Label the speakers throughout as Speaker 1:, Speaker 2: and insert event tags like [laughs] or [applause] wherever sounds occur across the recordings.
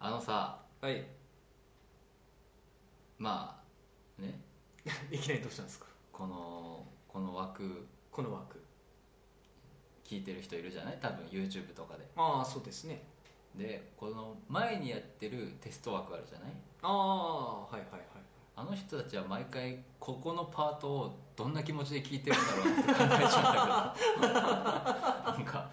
Speaker 1: あのさ
Speaker 2: はい [laughs]
Speaker 1: まあね
Speaker 2: いきなりどうしたんですか
Speaker 1: このこの枠
Speaker 2: この枠
Speaker 1: 聞いてる人いるじゃない多分 YouTube とか
Speaker 2: ああそうですね
Speaker 1: ででこの前にやってるテスト枠あるじゃない
Speaker 2: ああはいはいはい
Speaker 1: あの人たちは毎回ここのパートをどんな気持ちで聞いてるんだろうなって考えちゃうんだけどなんか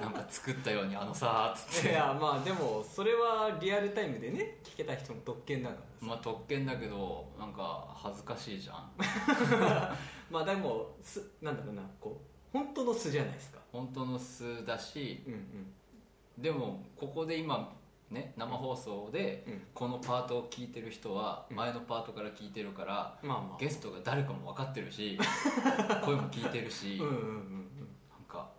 Speaker 1: なんか作ったようにあのさーっつっ [laughs]
Speaker 2: い
Speaker 1: て
Speaker 2: やまあでもそれはリアルタイムでね聞けた人の特権だからさ
Speaker 1: まあ特権だけどなんか恥ずかしいじゃん
Speaker 2: まあでもすなんだろうなこう本当の素じゃないですか
Speaker 1: 本当の素だし
Speaker 2: うんうん
Speaker 1: でもここで今ね生放送で
Speaker 2: うん
Speaker 1: このパートを聞いてる人は
Speaker 2: うん
Speaker 1: 前のパートから聞いてるから
Speaker 2: まあまあ
Speaker 1: ゲストが誰かも分かってる
Speaker 2: [laughs]
Speaker 1: し声も聞いてるし
Speaker 2: うん
Speaker 1: な
Speaker 2: うんんうんうん
Speaker 1: か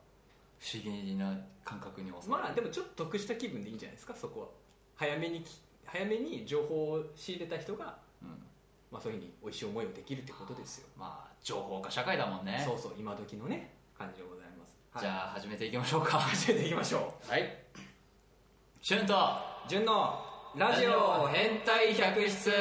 Speaker 1: 不思議な感覚に襲われ
Speaker 2: まあ
Speaker 1: る
Speaker 2: でもちょっと得した気分でいいんじゃないですかそこは早めにき早めに情報を仕入れた人が、
Speaker 1: うん
Speaker 2: まあ、そういうふうに美味しい思いをできるってことですよ
Speaker 1: まあ情報化社会だもんね
Speaker 2: そうそう今時のね感じでございます、はい、 [laughs]
Speaker 1: じゃあ始めていきましょうか
Speaker 2: 始めていきましょ
Speaker 1: はい [laughs] シュンと
Speaker 2: う純のラジオ
Speaker 1: 変態百室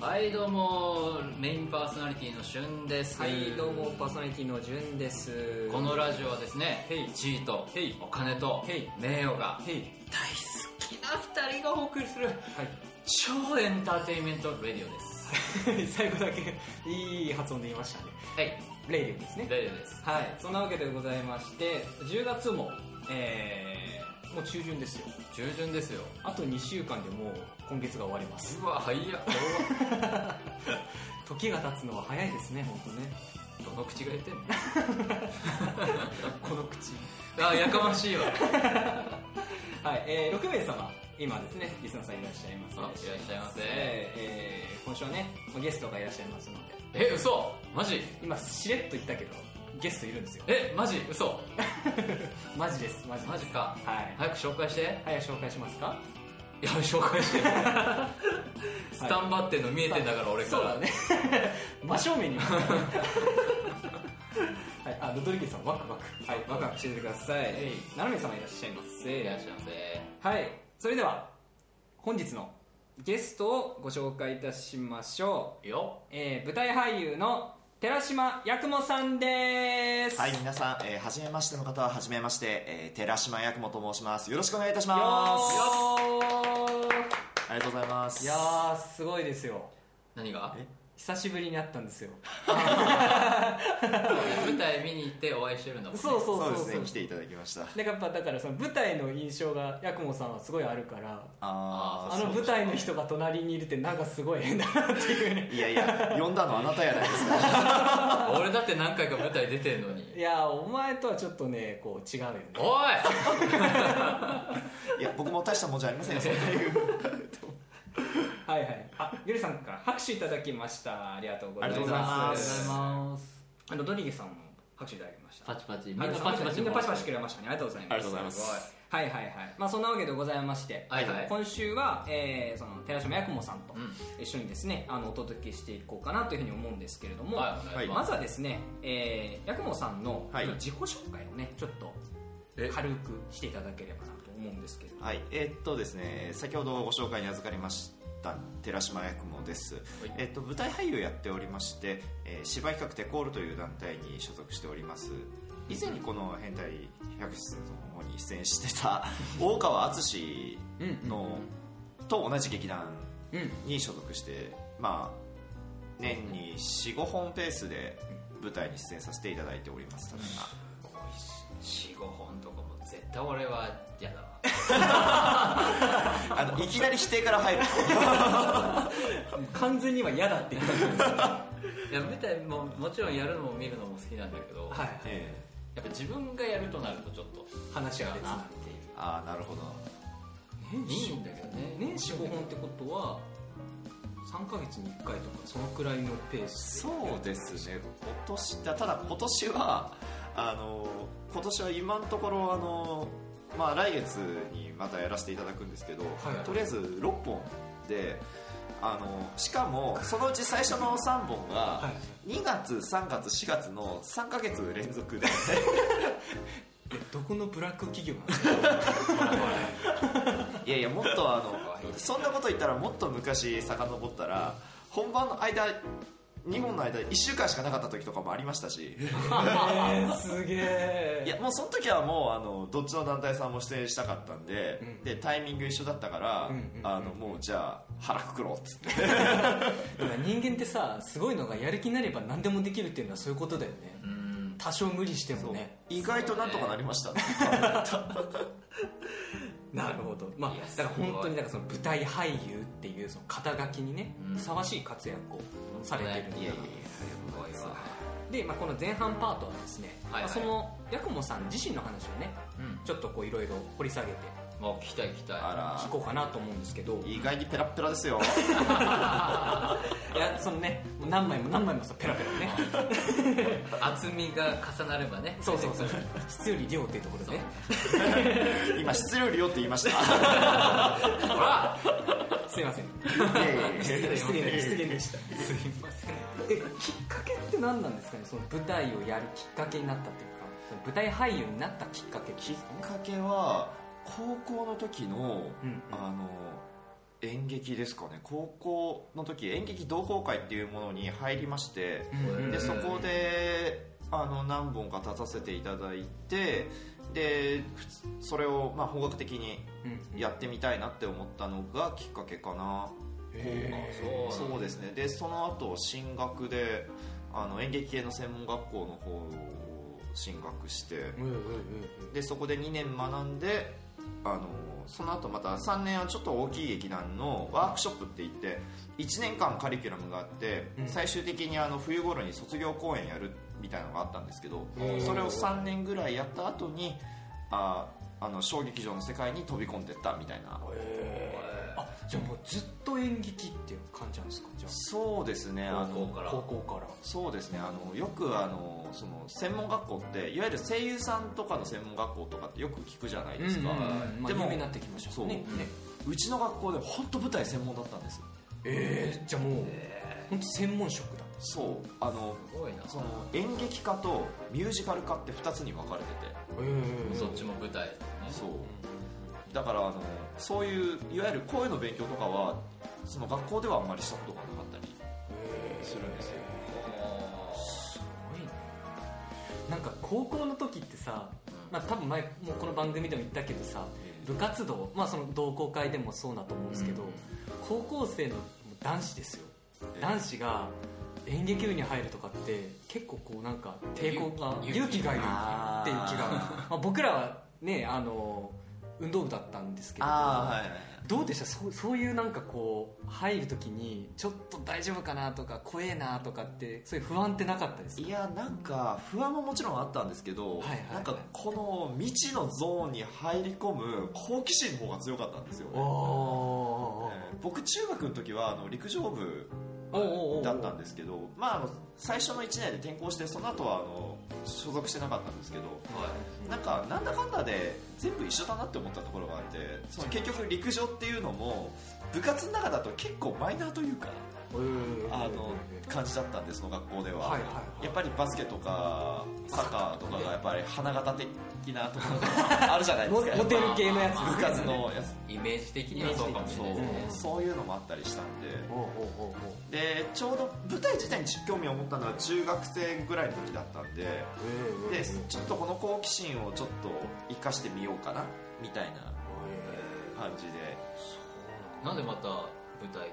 Speaker 1: はいどうもメインパーソナリティのしゅんです
Speaker 2: はいどうもパーソナリティの純です
Speaker 1: このラジオはですね
Speaker 2: へい
Speaker 1: 地位と
Speaker 2: へい
Speaker 1: お金と
Speaker 2: へい
Speaker 1: 名誉が
Speaker 2: へい [laughs]
Speaker 1: 大好きな二人がお送りする
Speaker 2: は
Speaker 1: 超エンターテインメントレディオです
Speaker 2: い最後だけいい発音で言いましたね
Speaker 1: はい
Speaker 2: レイリオですね
Speaker 1: レディオです
Speaker 2: はいそんなわけでございまして10月もえー、もう中旬ですよ
Speaker 1: 中旬ですよ
Speaker 2: あと2週間でもう今月が終わります
Speaker 1: うわ早っ
Speaker 2: 時が経つのは早いですね本当ね
Speaker 1: [laughs] どの口が言ってんの
Speaker 2: この
Speaker 1: [laughs]
Speaker 2: 口
Speaker 1: あやかましいわ
Speaker 2: はい、えー、6名様今ですねリスナーさんいらっしゃいます
Speaker 1: あいらっしゃいませ
Speaker 2: えーえー今週はねゲストがいらっしゃいますので
Speaker 1: え嘘マジ
Speaker 2: 今しれっと言ったけどゲストいるんですよ
Speaker 1: えマジ嘘
Speaker 2: マジですマジです
Speaker 1: マジか
Speaker 2: はい、
Speaker 1: 早く紹介してい
Speaker 2: 早く紹介しますか
Speaker 1: や紹介して [laughs] スタンバってんの見えてんだから俺から
Speaker 2: そうだね真正 [laughs] 面にはいあロドリゲスさんワクワクはいワクワクしててください、
Speaker 1: えい
Speaker 2: 斜め様いらっしゃいま
Speaker 1: いらっ
Speaker 2: せ
Speaker 1: しゃいませ
Speaker 2: はいそれでは本日のゲストをご紹介いたしましょう
Speaker 1: よ
Speaker 2: えー舞台俳優の寺島八雲さんです。
Speaker 3: はい、
Speaker 2: よ
Speaker 3: 皆さん、えー、初めましての方は初めまして、えー、寺島八雲と申します。よろしくお願いいたします。
Speaker 2: ー
Speaker 3: ありがとうございます。
Speaker 2: いやー、すごいですよ。
Speaker 1: 何が
Speaker 3: え
Speaker 2: 久しぶりに会ったんですよ。
Speaker 1: 舞台見に行ってお会いしてるんだもんね
Speaker 2: そうそう
Speaker 3: そう
Speaker 2: そうそう。
Speaker 3: ですね、来ていただきました。
Speaker 2: でやっぱだからその舞台の印象が八雲さんはすごいあるから
Speaker 3: あー
Speaker 2: あの舞台の人が隣にいるってなんかすごい変だなっていうね
Speaker 3: いやいや、呼んだのあなたやないですか。
Speaker 1: 俺だって何回か舞台出てんのに
Speaker 2: [laughs] いやーお前とはちょっとねこう違うよね
Speaker 1: [laughs] おい
Speaker 3: いや、僕も大したもんじゃありませんよ、そんないう。
Speaker 2: はいはいあゆりさんから拍手いただきましたありがとうございます
Speaker 3: ありがとうござい
Speaker 1: ありが
Speaker 3: ます
Speaker 1: とうございます
Speaker 2: あのドリゲさんも拍手いただきました
Speaker 1: パチパチみん
Speaker 2: みん
Speaker 1: な
Speaker 2: な
Speaker 1: パチ
Speaker 2: パチ
Speaker 1: パ
Speaker 2: パ
Speaker 1: チ
Speaker 2: チみんなパチパチくれましたねありがとうございます
Speaker 3: ありがとうございます
Speaker 2: はいはいはいまあそんなわけでございまして、
Speaker 1: はいはい
Speaker 2: 今週は、えーその寺島八雲さんと
Speaker 1: うん
Speaker 2: 一緒にですね、あのお届けしていこうかなというふうに思うんですけれども、
Speaker 1: はいお願いしま
Speaker 2: ますずはですね、えー、八雲さんの
Speaker 3: はい
Speaker 2: 自己紹介をねちょっと
Speaker 1: え
Speaker 2: 軽くしていただければなと思うんですけれども
Speaker 3: はい、えーっとですね、先ほどご紹介に預かりました寺島八雲です。えーっと、舞台俳優やっておりまして、えー芝居企画テコールという団体に所属しております。以前にこの変態百室の方に出演してた大川敦のと同じ劇団
Speaker 2: うんうん
Speaker 3: に所属して、まあ、年に4、5本ペースで舞台に出演させていただいております。ただ
Speaker 1: 45本とかも絶対俺は嫌だわ
Speaker 3: あのいきなり否定から入る。
Speaker 2: 完全には嫌だって言って
Speaker 1: いや舞台ももちろんやるのも見るのも好きなんだけど、
Speaker 2: た、は
Speaker 1: や
Speaker 2: い、
Speaker 3: え
Speaker 1: っぱ自分がやるとなるとちょっと
Speaker 2: 話が別な
Speaker 1: っていう
Speaker 3: ーああ、なるほど。
Speaker 1: いいんだけどね
Speaker 2: 年始5本ってことは3ヶ月に1回とかそのくらいのペース
Speaker 3: そうですね今年だただ今年はあの今年は今のところあのまあ、来月にまたやらせていただくんですけど、
Speaker 1: はいはい
Speaker 3: とりあえず6本であのしかもそのうち最初の3本が2月3月4月の3ヶ月連
Speaker 1: [laughs]
Speaker 3: 続で
Speaker 2: えどこのブラック企業
Speaker 1: [laughs]
Speaker 2: なんですか
Speaker 3: いやいやもっとあのそんなこと言ったらもっと昔遡ったら本番の間2本の間1週間しかなかった時とかもありましたし
Speaker 2: えー、すげえ
Speaker 3: いやもうその時はもうあのどっちの団体さんも出演したかったんで,、
Speaker 2: うん
Speaker 3: でタイミング一緒だったから、
Speaker 2: うんうんうん
Speaker 3: あのもうじゃあ腹くくろうっつって
Speaker 2: 人間ってさすごいのがやる気になれば何でもできるっていうのはそういうことだよね
Speaker 1: うん
Speaker 2: 多少無理してもね
Speaker 3: 意外となんとかなりました、
Speaker 2: なるほどまあ
Speaker 1: いやすご
Speaker 2: だ
Speaker 1: い
Speaker 2: から本当にだからその舞台俳優っていうその肩書きにね
Speaker 1: うん
Speaker 2: ふさわしい活躍をされてるんだ
Speaker 1: いやいやいや
Speaker 2: す
Speaker 1: すごいわ
Speaker 2: で、まあ、この前半パートはですね、
Speaker 1: はいはい
Speaker 2: まあその八雲さん自身の話をね
Speaker 1: うん
Speaker 2: ちょっとこういろいろ掘り下げて
Speaker 1: まあ聞きたい聞きたい
Speaker 3: あ
Speaker 2: 聞こうかなと思うんですけど
Speaker 3: ら意外にペラッペラですよ
Speaker 2: いやそのねもう何枚も何枚もさペラペラね
Speaker 1: 厚みが重なればね
Speaker 2: そうそうそう質より量っていうところでね
Speaker 3: 今質量量って言いました
Speaker 2: すいません
Speaker 3: いやいやいや
Speaker 2: 失礼な失礼でしたすいませんえきっかけって何なんですかねその舞台をやるきっかけになったっていうかその舞台俳優になったきっかけ
Speaker 3: きっかけは高校の時の、
Speaker 2: うん
Speaker 3: あの演劇ですかね高校の時演劇同好会っていうものに入りまして、
Speaker 1: うん
Speaker 3: でそこであの何本か立たせていただいてでふつそれをまあ本格的にやってみたいなって思ったのがきっかけかな
Speaker 1: へーそうなんだ
Speaker 3: そうですねでその後進学であの演劇系の専門学校の方を進学して
Speaker 2: うんうんうん
Speaker 3: でそこで2年学んであのその後また3年はちょっと大きい劇団のワークショップって言って1年間カリキュラムがあって、
Speaker 2: うん
Speaker 3: 最終的にあの冬頃に卒業公演やるみたいなのがあったんですけど
Speaker 2: へー
Speaker 3: それを3年ぐらいやった後にああの小劇場の世界に飛び込んでったみたいな
Speaker 2: あじゃあもうずっと演劇っていう感じなんですかじゃ
Speaker 3: そうですねあ
Speaker 1: 高
Speaker 3: の
Speaker 1: 校か
Speaker 2: あ
Speaker 1: ら
Speaker 2: 高校から
Speaker 3: そうですねあのよくあのその専門学校っていわゆる声優さんとかの専門学校とかってよく聞くじゃないですか、
Speaker 2: うんうんうんまあ
Speaker 3: で
Speaker 2: 有
Speaker 3: も
Speaker 2: 名になってきましたもんね
Speaker 1: そう
Speaker 2: ね
Speaker 3: うちの学校で本当舞台専門だったんです
Speaker 2: えーじゃあもう本当専門職だ
Speaker 3: そうあの
Speaker 1: すごいな
Speaker 3: その演劇科とミュージカル科って2つに分かれてて
Speaker 1: そっちも舞台ね
Speaker 3: そうだからあのそういういわゆる声の勉強とかはその学校ではあんまりしたことがなかったりするんです
Speaker 2: す
Speaker 3: よ
Speaker 2: ごいねなんか高校の時ってさ、まあ、多分前もうこの番組でも言ったけどさ部活動、まあ、その同好会でもそうだと思うんですけど、
Speaker 1: うん
Speaker 2: 高校生の男子ですよ
Speaker 3: ええ
Speaker 2: 男子が演劇部に入るとかって結構こうなんか抵抗が
Speaker 1: ゆ
Speaker 2: 勇気がいる
Speaker 3: あ
Speaker 2: っていう
Speaker 3: ー
Speaker 2: 気が、まあ、僕らはねあの運動部だったんですけど
Speaker 3: ああはいはい
Speaker 2: どうでしたそうそういうなんかこう入るときにちょっと大丈夫かなとか怖えなとかってそういう不安ってなかったですか
Speaker 3: いやなんか不安ももちろんあったんですけど、
Speaker 2: はいはいはい
Speaker 3: なんかこの未知のゾーンに入り込む好奇心の方が強かったんですよね、
Speaker 2: お
Speaker 3: えー僕中学の時はあの陸上部
Speaker 2: おうおうおう
Speaker 3: だったんですけど、まあ、あの最初の1年で転校してその後はあの所属してなかったんですけど
Speaker 1: はい
Speaker 3: なんかなんだかんだで全部一緒だなって思ったところがあってその結局陸上っていうのも部活の中だと結構マイナーというかあの感じだったんですその学校では、
Speaker 2: はいはいはい
Speaker 3: やっぱりバスケとかサッカーとかがやっぱり花形的なところがあるじゃないで
Speaker 2: モ
Speaker 3: す
Speaker 2: [laughs]
Speaker 3: か
Speaker 2: モテる系のや
Speaker 1: まあまあまあ
Speaker 2: つ
Speaker 3: 部活のやつ
Speaker 1: イメージ的にはそうかもし
Speaker 3: そ
Speaker 1: れ
Speaker 3: う
Speaker 1: ないですね
Speaker 3: そういうのもあったりしたんで
Speaker 2: おうおうおうおう
Speaker 3: でちょうど舞台自体に興味を持ったのは中学生ぐらいの時だったんででちょっとこの好奇心をちょっと生かしてみようかなみたいな感じで
Speaker 1: なんでまた舞台興味持っ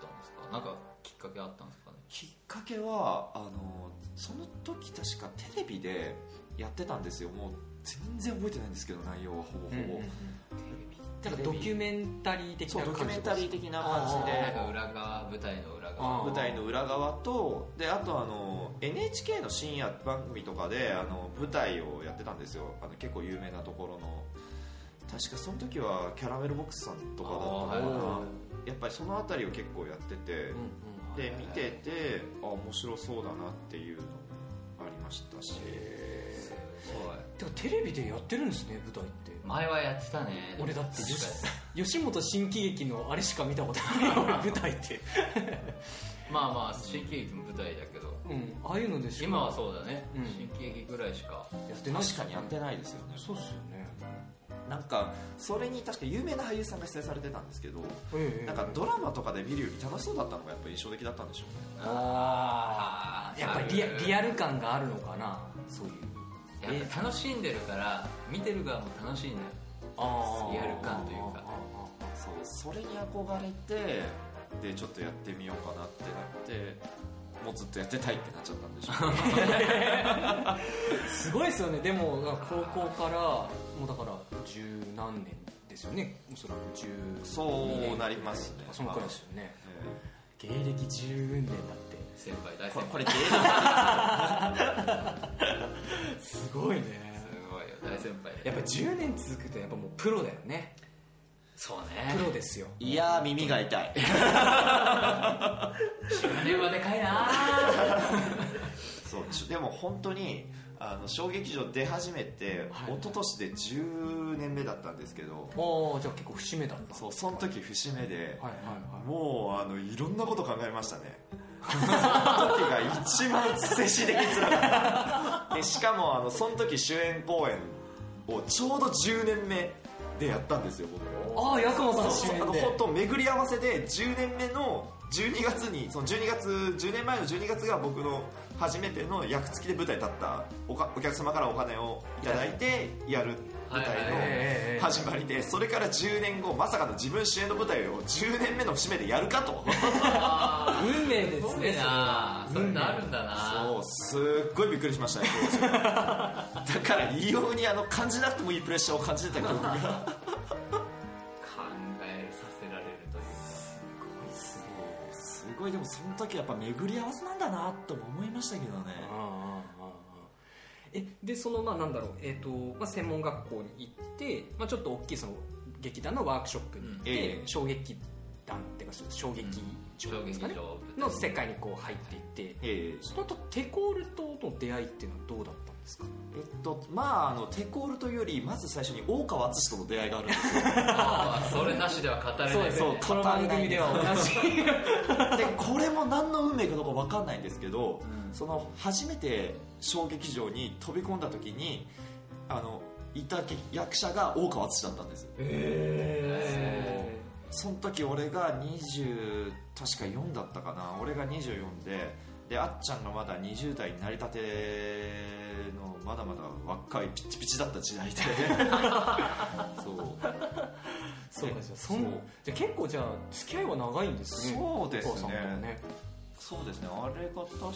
Speaker 1: たんですかなんかきっかけあったんですかね
Speaker 3: きっかけはあのその時確かテレビでやってたんですよもう全然覚えてないんですけど内容はほぼほぼ、
Speaker 2: うんうん
Speaker 3: テ
Speaker 2: な
Speaker 3: レ
Speaker 2: んか
Speaker 3: ビ
Speaker 2: ドキュメンタリー的
Speaker 3: そ
Speaker 2: な
Speaker 3: うドキュ
Speaker 2: 感
Speaker 3: メ
Speaker 2: じ
Speaker 3: ンタリー的な感じ
Speaker 1: なん
Speaker 3: で
Speaker 1: か裏側舞台の裏
Speaker 2: あ
Speaker 1: 側
Speaker 3: 舞台の裏側とであとあの NHK の深夜番組とかであの舞台をやってたんですよあの結構有名なところの確かその時はキャラメルボックスさんとかだったのか
Speaker 1: あーはいはいは
Speaker 3: なやっぱりその辺りを結構やってて
Speaker 2: うんうん
Speaker 3: で見ててあ面白そうだなっていうのもありましたし
Speaker 2: てかテレビでやってるんですね舞台って
Speaker 1: 前はやってたね
Speaker 2: 俺だって
Speaker 1: 確か
Speaker 2: 吉本新喜劇のあれしか見たことないよ舞台って
Speaker 1: にまあまあ新喜劇の舞台だけど
Speaker 2: うんああいうのでしょ
Speaker 1: 今はそうだね、
Speaker 2: うん
Speaker 1: 新喜劇ぐらいしか
Speaker 2: やってないっす
Speaker 3: 確
Speaker 2: よ
Speaker 3: かにやってないですよね
Speaker 2: そうっすよね
Speaker 3: なんかそれに確か有名な俳優さんが出演されてたんですけど
Speaker 2: ええ
Speaker 3: なんかドラマとかで見るより楽しそうだったのがやっぱ印象的だったんでしょうね
Speaker 2: ああやっぱりリアリアル感があるのかなそういう
Speaker 1: やっぱ楽しんでるから見てる側も楽しいんだよ
Speaker 2: あ
Speaker 1: ーリアル感というか
Speaker 3: そうそれに憧れてでちょっとやってみようかなってなってもうずっとやってたいってなっちゃったんでしょう [laughs] ね
Speaker 2: すごいですよねでも高校からもうだから十何年ですよねおそらく十
Speaker 3: そうなりますね
Speaker 2: そのくらいですよね
Speaker 3: え
Speaker 2: 芸歴10年だって
Speaker 1: 先輩大
Speaker 3: ー
Speaker 1: 先
Speaker 3: これ
Speaker 1: 輩
Speaker 3: これ芸能
Speaker 2: すごいね
Speaker 1: すごいよ大先輩
Speaker 2: やっぱ10年続くとやっぱもうプロだよね
Speaker 1: そう
Speaker 2: プロ
Speaker 1: ね
Speaker 2: ですよ
Speaker 3: [laughs] いやー耳が痛い
Speaker 1: 金はでかいな
Speaker 3: [laughs] そうちょでも本当にあの小劇場出始めて、
Speaker 2: はい
Speaker 3: 一昨年で10年目だったんですけど
Speaker 2: ああじゃあ結構節目だった
Speaker 3: そうその時節目で、
Speaker 2: はいはいはい
Speaker 3: もうあのいろんなこと考えましたねその時が一番精神的につらかったでしかもあのその時主演公演をちょうど10年目でやったんですよ僕
Speaker 2: ああ八雲さん主
Speaker 3: そうあ
Speaker 2: 演
Speaker 3: の
Speaker 2: で
Speaker 3: 本当巡り合わせで10年目の12月にその12月10年前の12月が僕の初めての役付きで舞台立ったおかお客様からお金をいただいてやる舞台
Speaker 1: はいはいはい
Speaker 2: ええ
Speaker 3: の始まりでそれから10年後まさかの自分主演の舞台を10年目の節目でやるかと
Speaker 1: [laughs] あ
Speaker 2: 運命で
Speaker 1: ー
Speaker 2: す
Speaker 1: すごい
Speaker 2: ね
Speaker 1: なそれなるんだ
Speaker 3: そ
Speaker 1: な
Speaker 3: うすっごいびっくりしました [laughs] ね当時だから異様にあの感じなくてもいいプレッシャーを感じてた記憶が
Speaker 1: 考えさせられるという
Speaker 3: すごいでもその時やっぱ巡り合わせなんだなとも思いましたけどね
Speaker 2: うんうんうんうんえでそのまあなんだろう、えーとまあ、専門学校に行って、まあ、ちょっと大きいその劇団のワークショップに行って、
Speaker 3: うんええ
Speaker 2: 衝撃団っていうか衝撃場
Speaker 1: 衝
Speaker 2: です
Speaker 1: 撃
Speaker 2: か
Speaker 1: 場
Speaker 2: ね、の世界にこう入っていって
Speaker 3: ええ
Speaker 2: その後テコールとの出会いっていうのはどうだったんですか
Speaker 3: えっとまああのテコールというよりまず最初に大川敦との出会いがあるんですよ
Speaker 1: あーそれなしでは語れないね
Speaker 3: そう
Speaker 2: この番組では同じ
Speaker 3: [laughs] でこれも何の運命かどうか分かんないんですけど、
Speaker 1: うん
Speaker 3: その初めて小劇場に飛び込んだ時にあのいた劇役者が大川敦だったんです
Speaker 2: え
Speaker 3: その時俺が20確か4だったかな俺が24でであっちゃんがまだ20代になりたてのまだまだ若いピッチピチだった
Speaker 2: [laughs]
Speaker 3: 時代でそう
Speaker 2: そうかじゃあそ
Speaker 3: そうん
Speaker 2: じゃあ結構じゃあ付き合いは長いんですね
Speaker 3: そうですね
Speaker 2: お母さんとも
Speaker 3: そうですねあれが確か2009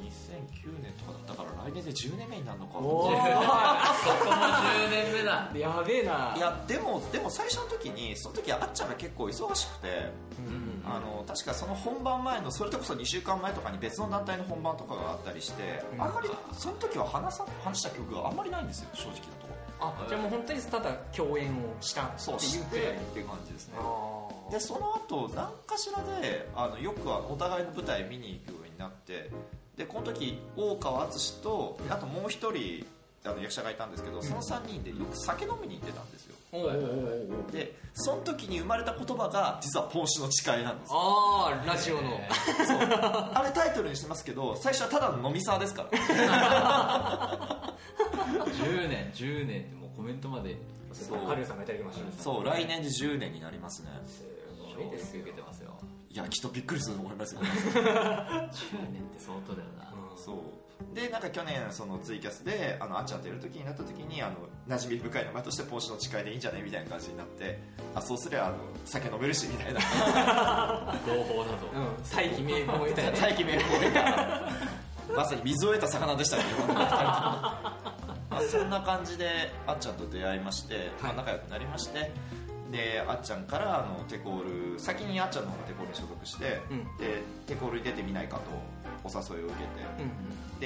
Speaker 3: 年とかだったから来年で10年目になるのか
Speaker 2: お
Speaker 1: そこも
Speaker 2: ー
Speaker 1: 10年目だ
Speaker 2: [laughs] やべえない
Speaker 3: やでもでも最初の時にその時はあっちゃんが結構忙しくて
Speaker 2: うん
Speaker 3: あの確かその本番前のそれとこそ2週間前とかに別の団体の本番とかがあったりして
Speaker 2: うん
Speaker 3: あんまりその時は話さ話した記憶があんまりないんですよ正直なところ
Speaker 2: あじゃあもう本当にただ共演をしたって
Speaker 3: そう
Speaker 2: い
Speaker 3: し
Speaker 2: う
Speaker 3: て
Speaker 2: くらい
Speaker 3: っていう感じですね
Speaker 2: あ
Speaker 3: でその後何かしらであのよくはお互いの舞台見に行くようになってでこの時大川淳とあともう一人あの役者がいたんですけどその3人でよく酒飲みに行ってたんですよ
Speaker 2: おうおうおうおう
Speaker 3: でその時に生まれた言葉が実は「ポンシュの誓い」なんです
Speaker 2: あーラジオの、
Speaker 1: え
Speaker 3: あれタイトルにしてますけど最初はただの飲み沢ですから
Speaker 1: ー10年10年ってもうコメントまで
Speaker 3: そう
Speaker 2: ハリウさんがいただきました
Speaker 3: そう来年で10年になりますね
Speaker 2: す
Speaker 1: 衝
Speaker 2: ごいです
Speaker 1: 撃
Speaker 2: よ
Speaker 1: 受けてますよ
Speaker 3: いやきっとびっくりすると思いますよ
Speaker 1: 10年って相当だよな
Speaker 3: そうでなんか去年そのツイキャスであのあっちゃんとやる時になった時にあの馴染み深い名前としてポンシの誓いでいいんじゃないみたいな感じになってあそうすりゃあの酒飲めるしみたいな
Speaker 1: 合法だと
Speaker 2: うん、大義名分を得たよね
Speaker 3: 大気名簿みたいなまさに水を得た魚でしたけど、まあ、そんな感じであっちゃんと出会いまして、まあ仲良くなりましてであっちゃんからあのテコール先にあっちゃんの方がテコールに所属して、
Speaker 2: うん
Speaker 3: でテコールに出てみないかとお誘いを受
Speaker 2: う
Speaker 3: け
Speaker 2: ん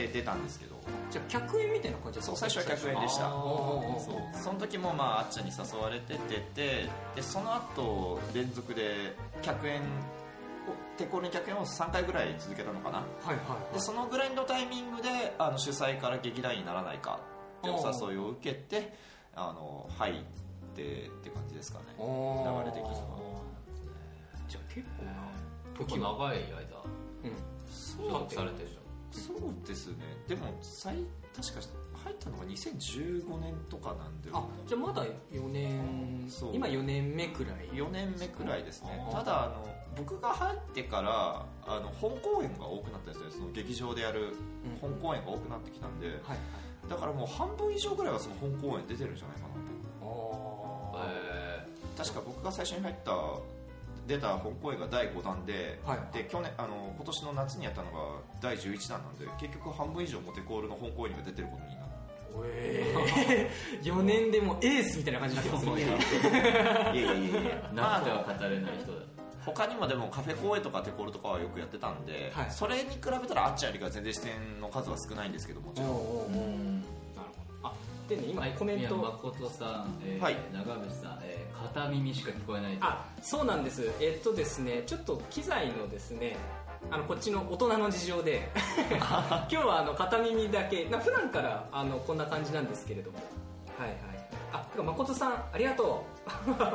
Speaker 3: てで出たんですけど
Speaker 2: じゃあ客演みたいな感じだった
Speaker 3: そう最初は客演でした
Speaker 2: あーおうおうおう
Speaker 3: そうその時もまああっちゃんに誘われてててでその後連続で客演をテコールに客演を3回ぐらい続けたのかな
Speaker 2: はいはい
Speaker 3: でそのぐらいのタイミングであの主催から劇団員にならないかってお誘いを受けてあの入ってって感じですかね
Speaker 2: 流
Speaker 3: 流れ的には
Speaker 2: じゃあ結構な
Speaker 1: 結構長い間
Speaker 2: うん
Speaker 1: 所属されてるじ
Speaker 3: そうですねでも最確か入ったのが2015年とかなんで
Speaker 2: あじゃあまだ4年
Speaker 3: そう
Speaker 2: 今4年目くらい
Speaker 3: 4年目くらいですね
Speaker 1: あー
Speaker 3: ただあの僕が入ってからあの本公演が多くなったんですねその劇場でやる
Speaker 2: うん
Speaker 3: 本公演が多くなってきたんで
Speaker 2: はいはい
Speaker 3: だからもう半分以上ぐらいはその本公演出てるんじゃないかな
Speaker 1: ゃん
Speaker 2: あ
Speaker 1: へ
Speaker 3: 確か僕が最初に入った出た本公演が第5弾で、
Speaker 2: はい
Speaker 3: で去年あの今年の夏にやったのが第11弾なんで結局半分以上モテコールの本公演には出てることになる
Speaker 2: ーえー4年でもうエースみたいな感じになってます [laughs] ね
Speaker 3: いやいやいやいや
Speaker 1: え
Speaker 3: ま
Speaker 1: な
Speaker 3: あ
Speaker 1: くては語れない人だ
Speaker 3: 他にもでもカフェ公演とかテコールとかはよくやってたんで、
Speaker 2: はい
Speaker 3: それに比べたらあっちありが全然視点の数は少ないんですけども
Speaker 2: お
Speaker 3: ち
Speaker 2: う
Speaker 3: ろん
Speaker 2: おうおうなるほどあでね今コメン
Speaker 1: はい、
Speaker 2: ト
Speaker 1: 誠さん、えー
Speaker 3: はい
Speaker 1: 長渕さん、えー片耳しか聞こえないと
Speaker 2: あそうなんですえっとですねちょっと機材のですねあのこっちの大人の事情 [laughs] で今日はあの片耳だけな普段からあのこんな感じなんですけれどもはいはいあてか誠さんありがと
Speaker 3: ありが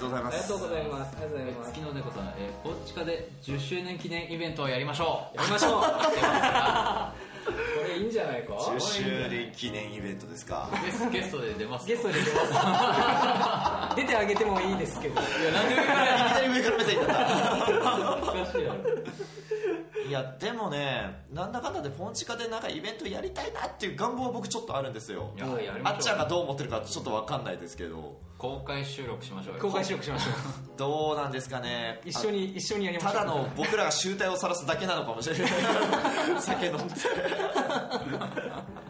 Speaker 3: とうご
Speaker 2: あ
Speaker 3: ざいうま
Speaker 2: りが
Speaker 3: す
Speaker 2: とうございますありがとうございます
Speaker 1: 月の猫さん、えー、こっちかで10周年記念イベントをやりましょう
Speaker 2: やりましょうこ [laughs] れいいんじゃないか
Speaker 3: 10周年記念イベントですか
Speaker 1: ゲスゲストで出ます
Speaker 2: ゲストに出ます出てあげてもいいですけど
Speaker 1: いやなん [laughs] で上から
Speaker 3: いきなり上から目線になった
Speaker 1: 恥ずかしいやろ
Speaker 3: いやでもねなんだかんだでフォンチカでなんかイベントやりたいなっていう願望は僕ちょっとあるんですよ
Speaker 1: いややりましょう
Speaker 3: あっちゃんがどう思ってるかちょっと分かんないですけど
Speaker 1: 公開収録しましょうよ
Speaker 2: 公開収録しましょ
Speaker 3: どうなんですかね
Speaker 2: う一緒に一緒にやりましょ
Speaker 3: た
Speaker 2: う
Speaker 3: だの僕らが集体を晒すだけなのかもし
Speaker 2: [laughs]
Speaker 3: れない酒飲んで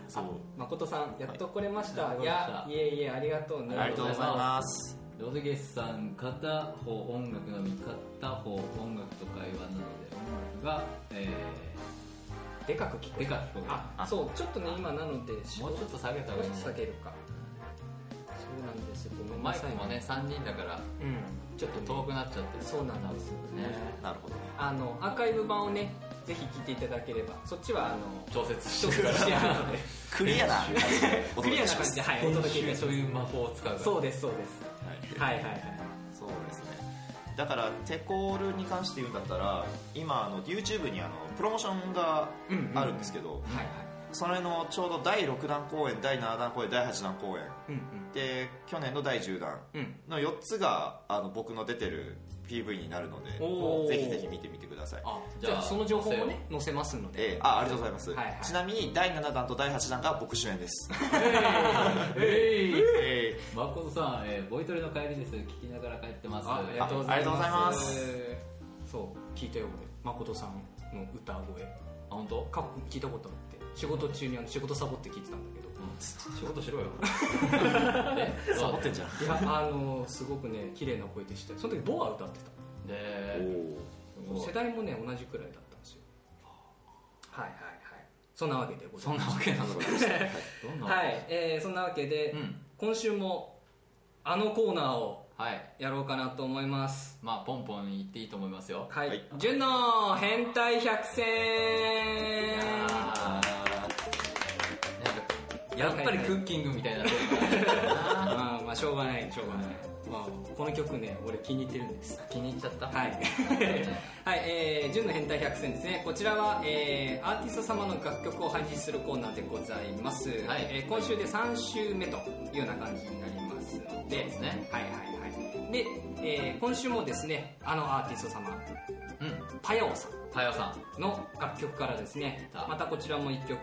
Speaker 3: そう
Speaker 2: 誠さんやっと来れました、、
Speaker 1: はいい
Speaker 2: やいえいえありがとうね
Speaker 3: ありがとうございます
Speaker 1: ロドゲスさん片方音楽のみ片方音楽と会話なので音楽が、え
Speaker 2: でかく聞
Speaker 1: ー、
Speaker 2: く
Speaker 1: でかく聞こ
Speaker 2: あそうちょっとね今なので
Speaker 1: えるもうちょっと下げた方がいい
Speaker 2: 少
Speaker 1: ね
Speaker 2: し下げるかそうなんですよごめんな
Speaker 1: マイ
Speaker 2: さ
Speaker 1: ク
Speaker 2: い
Speaker 1: もね3人だから
Speaker 2: うんちょっとね、
Speaker 1: 遠くなっちゃってる
Speaker 2: そうなんですよね
Speaker 3: なるほど
Speaker 2: あのアーカイブ版をねぜひ聞いていただければそっちはあの
Speaker 1: 調節し
Speaker 2: 一つ
Speaker 1: てくださ
Speaker 2: し
Speaker 1: い [laughs]
Speaker 2: てあるので
Speaker 3: クリアな
Speaker 2: クリアな感じで、はい、お
Speaker 1: 編
Speaker 2: 届けいた
Speaker 1: 集
Speaker 2: し
Speaker 1: と
Speaker 2: ま
Speaker 1: いう魔法を使うから
Speaker 2: す。そうです、そうです。
Speaker 3: はい
Speaker 2: はいはいはい。
Speaker 3: そうですねだからテコールに関して言うんだったら今あの YouTube にあのプロモーションがあるんですけど、
Speaker 2: はいはい。
Speaker 3: それのちょうど第6弾公演第7弾公演第8弾公演
Speaker 2: うん
Speaker 3: で去年の第10弾
Speaker 2: うん。うん。
Speaker 3: の4つがあの僕の出てる PV になるの
Speaker 2: おー
Speaker 3: でぜひぜひ見てみてください
Speaker 2: あ、じゃあその情報もね、載せますので。
Speaker 3: えーあありがとうございます、
Speaker 2: はいはい
Speaker 3: ちなみに第7弾と第8弾が僕主演です
Speaker 1: えい
Speaker 3: え
Speaker 1: 誠さん、えーボイトレの帰りです聞きながら帰ってます
Speaker 2: ありがとうござ
Speaker 3: ああ
Speaker 2: い
Speaker 3: りがとうござい
Speaker 2: ま
Speaker 3: ますす。
Speaker 2: そう、聞いたよ、俺。誠さんの歌声。
Speaker 1: あ本当？
Speaker 2: 過去聞いたことあって。仕事中にあの仕事サボって聞いてたんだけど。
Speaker 1: うん仕事しろよ [laughs] え
Speaker 3: ーサボってんじゃん
Speaker 2: いや、
Speaker 3: [laughs]
Speaker 2: あの、すごくね、綺麗な声でしたよその時、ボア歌ってた。
Speaker 1: でお
Speaker 2: 世代もね、同じくらいだったんですよ。はいはいはい。そんなわけでござ
Speaker 1: そ
Speaker 2: い
Speaker 1: ん
Speaker 2: ま
Speaker 1: な
Speaker 2: す。
Speaker 1: わけなのかどんな
Speaker 2: はい、えーそんなわけで、
Speaker 1: うん
Speaker 2: 今週もあのコーナーを
Speaker 1: はい
Speaker 2: やろうかなと思います
Speaker 1: まあポンポン言っていいと思いますよ
Speaker 2: はい、
Speaker 3: はい
Speaker 2: 純の変態百選
Speaker 1: あーなんかやっぱりクッキングみたいな
Speaker 2: まあまあしょうがないしょうがない、まあ、この曲ね俺気に入ってるんです
Speaker 1: [laughs] 気に入っちゃった
Speaker 2: はい、 [laughs] はいえー、純の変態百選ですねこちらは、えーアーティスト様の楽曲を配信するコーナーでございます、
Speaker 1: はい
Speaker 2: えー今週で3週目というような感じになりますので
Speaker 1: ですね
Speaker 2: はいはいはいで、えー今週もですねあのアーティスト様
Speaker 1: うん
Speaker 2: パヤオさ
Speaker 1: 太陽さん
Speaker 2: んの楽曲からですね
Speaker 1: はい
Speaker 2: またこちらも1曲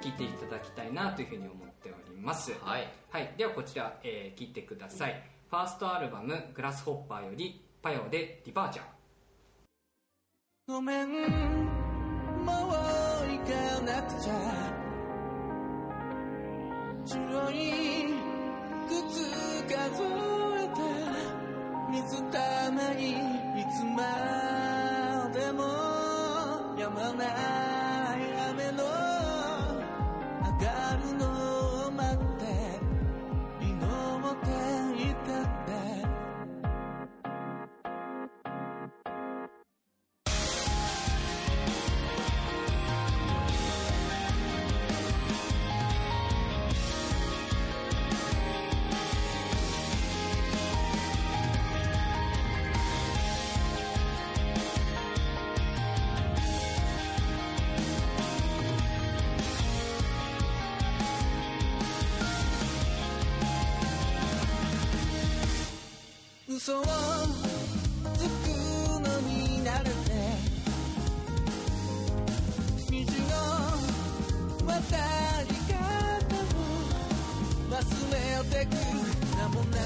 Speaker 2: 聴いていただきたいなというふうに思っております
Speaker 1: はい
Speaker 2: はい、ではこちら聴、えー聴いてくださいファーストアルバム「グラスホッパー」より「パヤオでディバーチャー」
Speaker 4: ごめんもう行かなくちゃ白い靴数えた水たまりいつまでも止まない雨の上がるのを待って祈っていたって「嘘をつくのに慣れて虹の渡り方を忘れてく名もな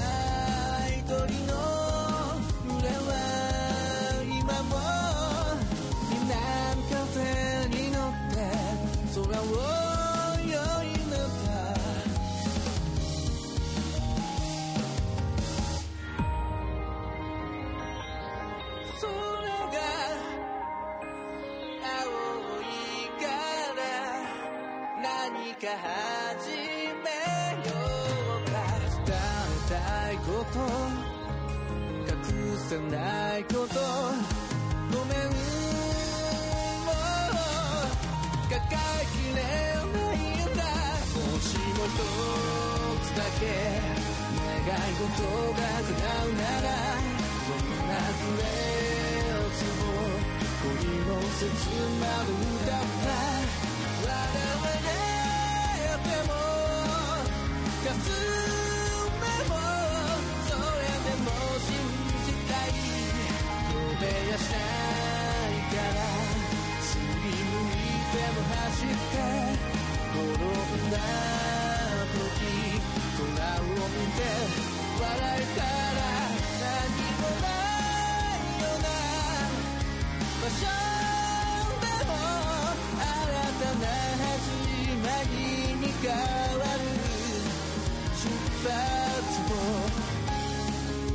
Speaker 4: い鳥の群れは今も南風に乗って空を泳いでた空が青いから何か始めようか伝えたいこと隠せないことごめんもう抱えきれないんだもしも一つだけ願い事が叶うならそんなズレをつも恋の切なる歌を笑われてもかすめもそれでも信じたい飛べやしないからすりむいても走って転んだ時空を見て笑えたら何もないような場所でも新たな始まりに変わる出発を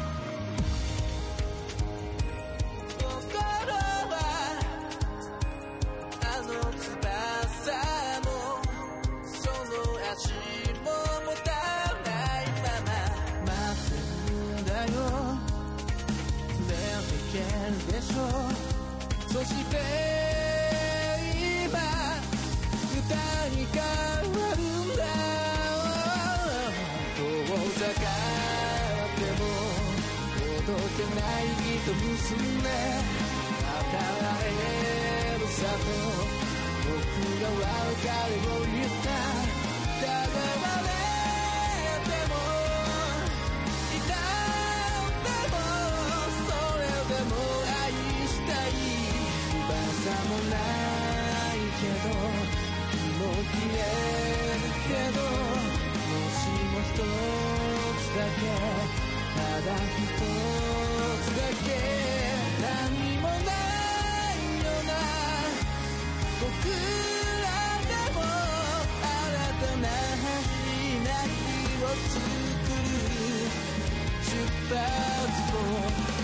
Speaker 4: 心はあの翼もその足も持たないまま待ってるんだよ連れてけるでしょそして今歌に変わるんだ遠ざかっても届けない人娘与えるさと僕が別れを言ったただわれても痛んでもそれでも愛したい翼もないけどもう消えるけどもしも一つだけただ一つだけ何もないような僕らでも新たな始まりを作る出発を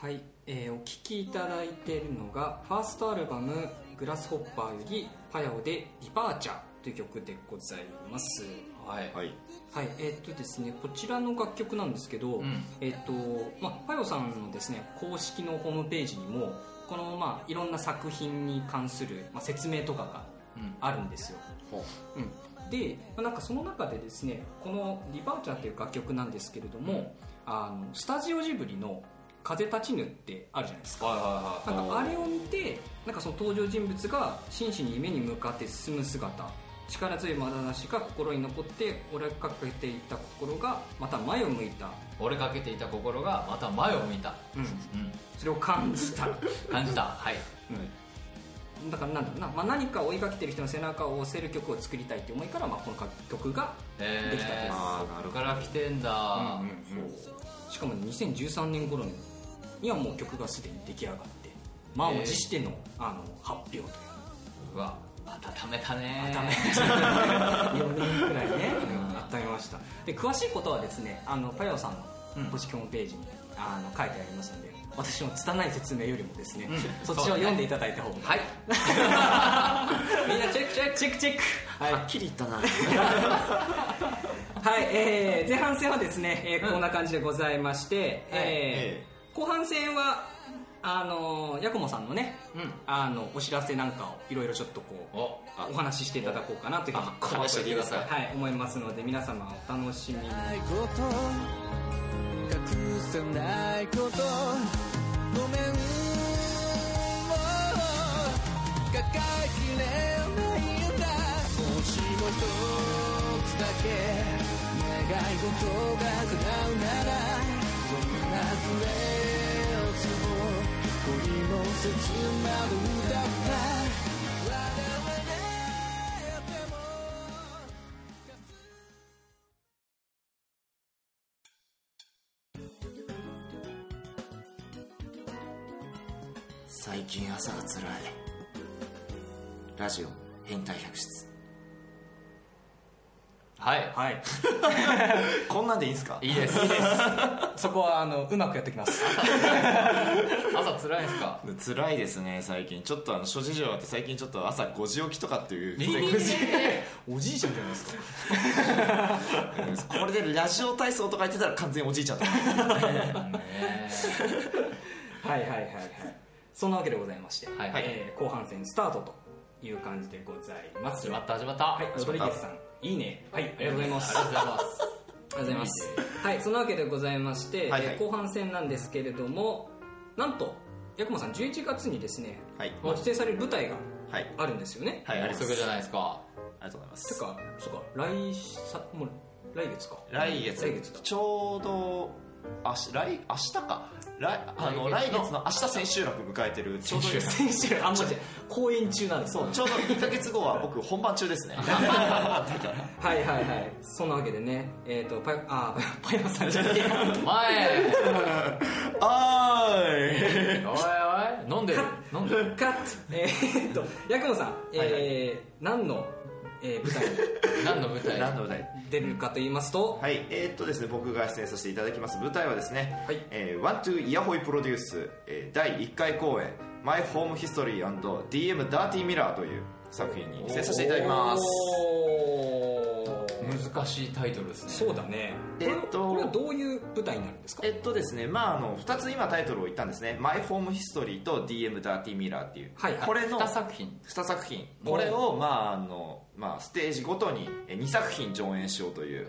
Speaker 2: はい、えーお聴きいただいているのがファーストアルバム「グラスホッパー」より「パヤオ」で「ディパーチャー」という曲でございます
Speaker 1: はい、
Speaker 3: はい
Speaker 2: はいえーっとですねこちらの楽曲なんですけど、
Speaker 1: うん
Speaker 2: えーっとまあ、パヤオさんのですね公式のホームページにもこの、まあ、いろんな作品に関する、まあ、説明とかが
Speaker 1: うん、
Speaker 2: あるんですよ
Speaker 3: ほ
Speaker 2: うん、で、まあなんかその中でですねこの「リバーチャー」っていう楽曲なんですけれどもあのスタジオジブリの「風立ちぬ」ってあるじゃないですか
Speaker 1: はいはい
Speaker 2: な
Speaker 1: はい
Speaker 2: んかあれを見てなんかその登場人物が真摯に夢に向かって進む姿力強い眼差しが心に残って折れかけていた心がまた前を向いた、
Speaker 1: 俺かけていた心がまた前を向いた、
Speaker 2: うん、
Speaker 1: うん、
Speaker 2: それを感じた
Speaker 1: 感じたはい
Speaker 2: だからなんだろうな、まあ、何かを追いかけてる人の背中を押せる曲を作りたいって思いから、まあ、この楽曲が
Speaker 1: えー、
Speaker 2: できたという
Speaker 1: あーなるほどから来てんだ、
Speaker 2: うんうんうんしかも2013年頃にはもう曲がすでに出来上がって満を持しての,、あの発表という
Speaker 1: うわ温めたね [laughs]
Speaker 2: ダメ4年くらいね温めましたで詳しいことはですねあのパヨさんの公式ホームページに、あの書いてありますので私の拙い説明よりもですね、そっちを読んでいただいた方が、
Speaker 1: はいみんなチェックチェック
Speaker 2: チェックチェックはい、
Speaker 3: っきり言ったな
Speaker 2: [laughs] はいえー前半戦はですね、えーこんな感じでございまして、えー
Speaker 3: え
Speaker 2: 後半戦はあのヤコモさんのね、
Speaker 1: うん
Speaker 2: あのお知らせなんかをいろいろちょっとこう
Speaker 1: お
Speaker 2: あお話ししていただこうかなというふうに
Speaker 1: あかわいそうに言ってください
Speaker 2: はい、思いますので皆様お楽しみに
Speaker 4: ないこと隠せないことごめんもう抱えきれないんだ星の一つだけ願い事が叶うならそんなずれ落ちも恋の切なる歌った笑われても
Speaker 3: 最近朝がつらいラジオ変態百室
Speaker 1: はい [laughs]
Speaker 2: はい
Speaker 3: こんなんでいいんすか
Speaker 1: いいです
Speaker 2: そこはあのうまくやってきます
Speaker 1: 朝辛いですか
Speaker 3: 辛いですね最近ちょっとあの諸事情あって最近ちょっと朝5時起きとかっていう [laughs]
Speaker 2: おじいちゃんじゃないですか
Speaker 3: これでラジオ体操とか言ってたら完全におじいちゃんと思う
Speaker 1: ね
Speaker 2: [laughs] はいはいはいはいそんなわけでございまして、
Speaker 1: はいはい
Speaker 2: えー後半戦スタートという感じでございます
Speaker 1: 始ま
Speaker 2: は
Speaker 1: った始まったはい
Speaker 2: ロドリゲスさんいいねはいありがとうございます
Speaker 1: ありがとうございます
Speaker 2: ありがとうございますはいそんなわけでございまして、
Speaker 3: はいはい
Speaker 2: えー後半戦なんですけれどもなんとヤクマさん11月にですね
Speaker 3: はい
Speaker 2: 指定される舞台が
Speaker 3: はい
Speaker 2: あるんですよね、
Speaker 3: はいありがとう
Speaker 1: 遅く
Speaker 3: ござい
Speaker 1: じゃ
Speaker 3: ま
Speaker 1: な
Speaker 3: す
Speaker 1: いですか
Speaker 3: ありがとうございま
Speaker 2: て
Speaker 3: す
Speaker 2: かそうか来さもう来月か
Speaker 3: 来月
Speaker 2: 来月だ
Speaker 3: ちょうどあし来明日か来あの
Speaker 1: 来
Speaker 3: 来
Speaker 1: 月
Speaker 3: 月
Speaker 1: の
Speaker 3: の明日千秋楽迎えてるちょうど
Speaker 1: 千秋楽
Speaker 2: 先週あんまじゃ公演中なんです
Speaker 3: そうちょうど1か月後は僕本番中で
Speaker 1: [laughs]
Speaker 3: すね
Speaker 2: はいはいはいそんなわけでねえっ、とパヨあーパヨさんじゃなくて
Speaker 1: 前
Speaker 3: あーい
Speaker 1: おいおい飲んでる飲んでる
Speaker 2: カットえーっとヤクモさん、えー
Speaker 3: はいは
Speaker 2: 何の、えー舞台に
Speaker 1: 何の舞台
Speaker 3: 何の舞台
Speaker 2: 出るかと言いますと、
Speaker 3: はい、えーっとですね、僕が出演させていただきます舞台はですね、
Speaker 2: はい
Speaker 3: えー、ワントゥイヤホイプロデュース、えー第1回公演、マイホームヒストリー &DM ダーティーミラーという作品に出演させていただきます。
Speaker 2: おー
Speaker 1: 難しいタイトルですね
Speaker 2: そうだねこれ,、
Speaker 3: えーっと
Speaker 2: これはどういう舞台になるんですか
Speaker 3: えっとですね、まああの、2つ今タイトルを言ったんですね、マイホームヒストリーと DM ダーティーミラーっていう、
Speaker 2: はい
Speaker 3: これの
Speaker 1: 2作品
Speaker 3: 2作品、これを、まああのまあ、ステージごとに2作品上演しようという、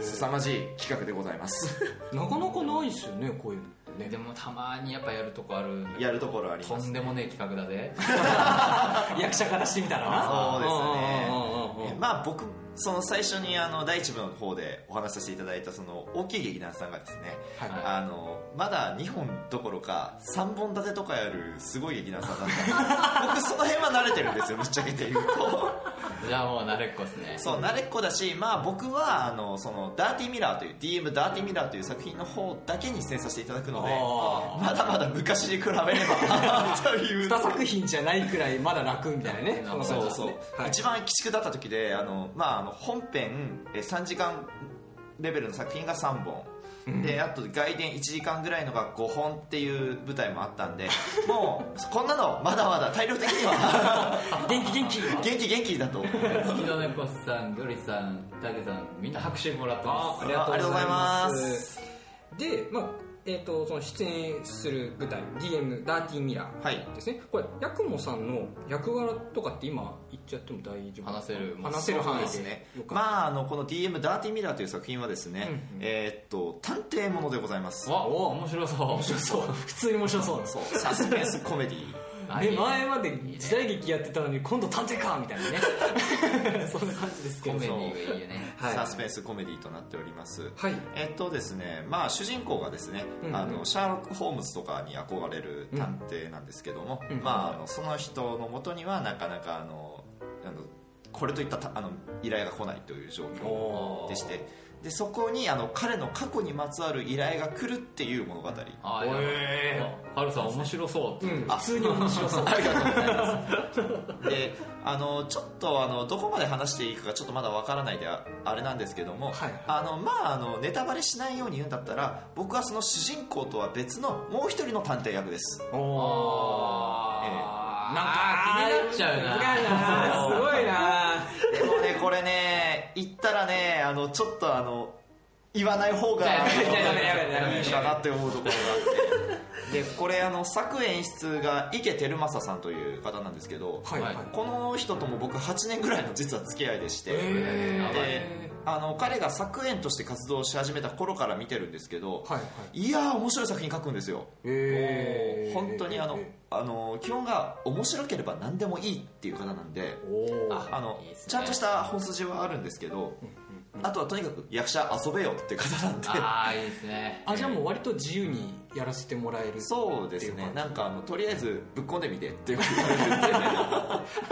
Speaker 3: 凄まじい企画でございます。
Speaker 2: [laughs] なかなかないですよねこういうのって
Speaker 1: で
Speaker 2: ね
Speaker 1: もたまにやっぱやるとこあるんだけど
Speaker 3: やるところあり
Speaker 1: と
Speaker 3: ます
Speaker 1: んでもねえ企画だで
Speaker 2: 役者からしてみたらな
Speaker 3: そうですね
Speaker 2: うんうんうんうん
Speaker 3: えまあ僕その最初にあの第一部の方でお話しさせていただいたその大きい劇団さんがですね、
Speaker 2: はい
Speaker 3: あのまだ2本どころか3本立てとかやるすごい劇団さんだ
Speaker 2: [laughs]
Speaker 3: ったんで僕その辺は慣れてるんですよぶっちゃけて言うと
Speaker 1: じゃあもう慣れっこっすね
Speaker 3: そう慣れっこだし、まあ、僕はあのそのダーティーミラーという DM ダーティーミラーという作品の方だけに出演させていただくので
Speaker 2: あ
Speaker 3: まだまだ昔に比べれば [laughs]
Speaker 2: [laughs]
Speaker 3: という
Speaker 2: 2作品じゃないくらいまだ楽みたいなね
Speaker 1: なるほど
Speaker 2: んな
Speaker 3: そ
Speaker 2: 感
Speaker 3: う
Speaker 2: じ
Speaker 3: そう、
Speaker 2: はい
Speaker 3: 一番鬼畜だった時であの、まあ、あの本編え3時間レベルの作品が3本、であと外伝1時間ぐらいのが5本っていう舞台もあったんで [laughs] もうこんなのまだまだ体力的には [laughs]
Speaker 2: 元気元気
Speaker 3: 元気元気だと思う
Speaker 1: 月の猫さん、ドリさん、タケさん、みんな拍手もらってま
Speaker 2: あ
Speaker 1: す。
Speaker 2: ありがとうございます
Speaker 3: ありがとうございま
Speaker 2: で、まあえー、とその出演する舞台 DM ダーティーミラー
Speaker 3: はい
Speaker 2: ですね、これ八雲さんの役柄とかって今言っちゃっても大丈夫
Speaker 1: 話せる
Speaker 2: 話せる範囲で
Speaker 3: そうですね
Speaker 2: よ、かった、
Speaker 3: まああのこの DM ダーティーミラーという作品はですね、
Speaker 2: うん
Speaker 3: えーっと探偵ものでございます
Speaker 1: わ、お面白そう。面白そう。
Speaker 2: 普通に面白そうなんです
Speaker 3: そうサスペンスコメディ
Speaker 2: で前まで時代劇やってたのに今度探偵かみたいな [laughs] ねそんな感じですけ
Speaker 1: コ
Speaker 2: ど
Speaker 1: メディがいいよね。
Speaker 2: [laughs] はい
Speaker 3: サスペンスコメディとなっております、
Speaker 2: はい
Speaker 3: えっとですねまあ、主人公がですね、
Speaker 2: うんうん
Speaker 3: あのシャーロック・ホームズとかに憧れる探偵なんですけども、
Speaker 2: うん
Speaker 3: まあ、あのその人のもとにはなかなかあのあのこれといったたあの依頼が来ないという状況でしてでそこにあの彼の過去にまつわる依頼が来るっていう物語
Speaker 1: ああいや
Speaker 2: え
Speaker 1: ハルさん面白そう
Speaker 2: う
Speaker 1: って
Speaker 2: ん
Speaker 3: あ
Speaker 2: 普通に面白そう
Speaker 3: ありがとうございます。で、あの、ちょっと、あの、どこまで話していいかがちょっとまだわからないであ、あれなんですけども、
Speaker 2: はい
Speaker 3: あの、まあ、あの、ネタバレしないように言うんだったら、僕はその主人公とは別のもう一人の探偵役です。
Speaker 1: あーなんか気になっちゃうな
Speaker 2: すごいな
Speaker 3: でもね、これね、言ったらね、あの、ちょっとあの、言わない方が、
Speaker 1: や
Speaker 2: めやめやめやめ
Speaker 3: いいかなって思うところがあって。で、これあの、作演出が池照正さんという方なんですけど、
Speaker 2: はいはい
Speaker 1: はい
Speaker 3: この人とも僕8年ぐらいの実は付き合いでして、
Speaker 2: えー
Speaker 3: であの彼が作演として活動し始めた頃から見てるんですけど、
Speaker 2: はいはい
Speaker 3: い、やー面白い作品書くんですよ、
Speaker 2: えー
Speaker 3: 本当にあの、あの基本が面白ければ何でもいいっていう方なんで
Speaker 2: おー
Speaker 1: あ
Speaker 3: あの
Speaker 1: いいっすね
Speaker 3: ちゃんとした本筋はあるんですけど、あとはとにかく役者遊べよって方なんで
Speaker 1: ああいいですね
Speaker 2: あじゃあもう割と自由にやらせてもらえる
Speaker 3: そうです
Speaker 2: ってい
Speaker 3: ね
Speaker 2: う
Speaker 3: なんかあのとりあえずぶっ込んでみてっていうことで
Speaker 2: [laughs]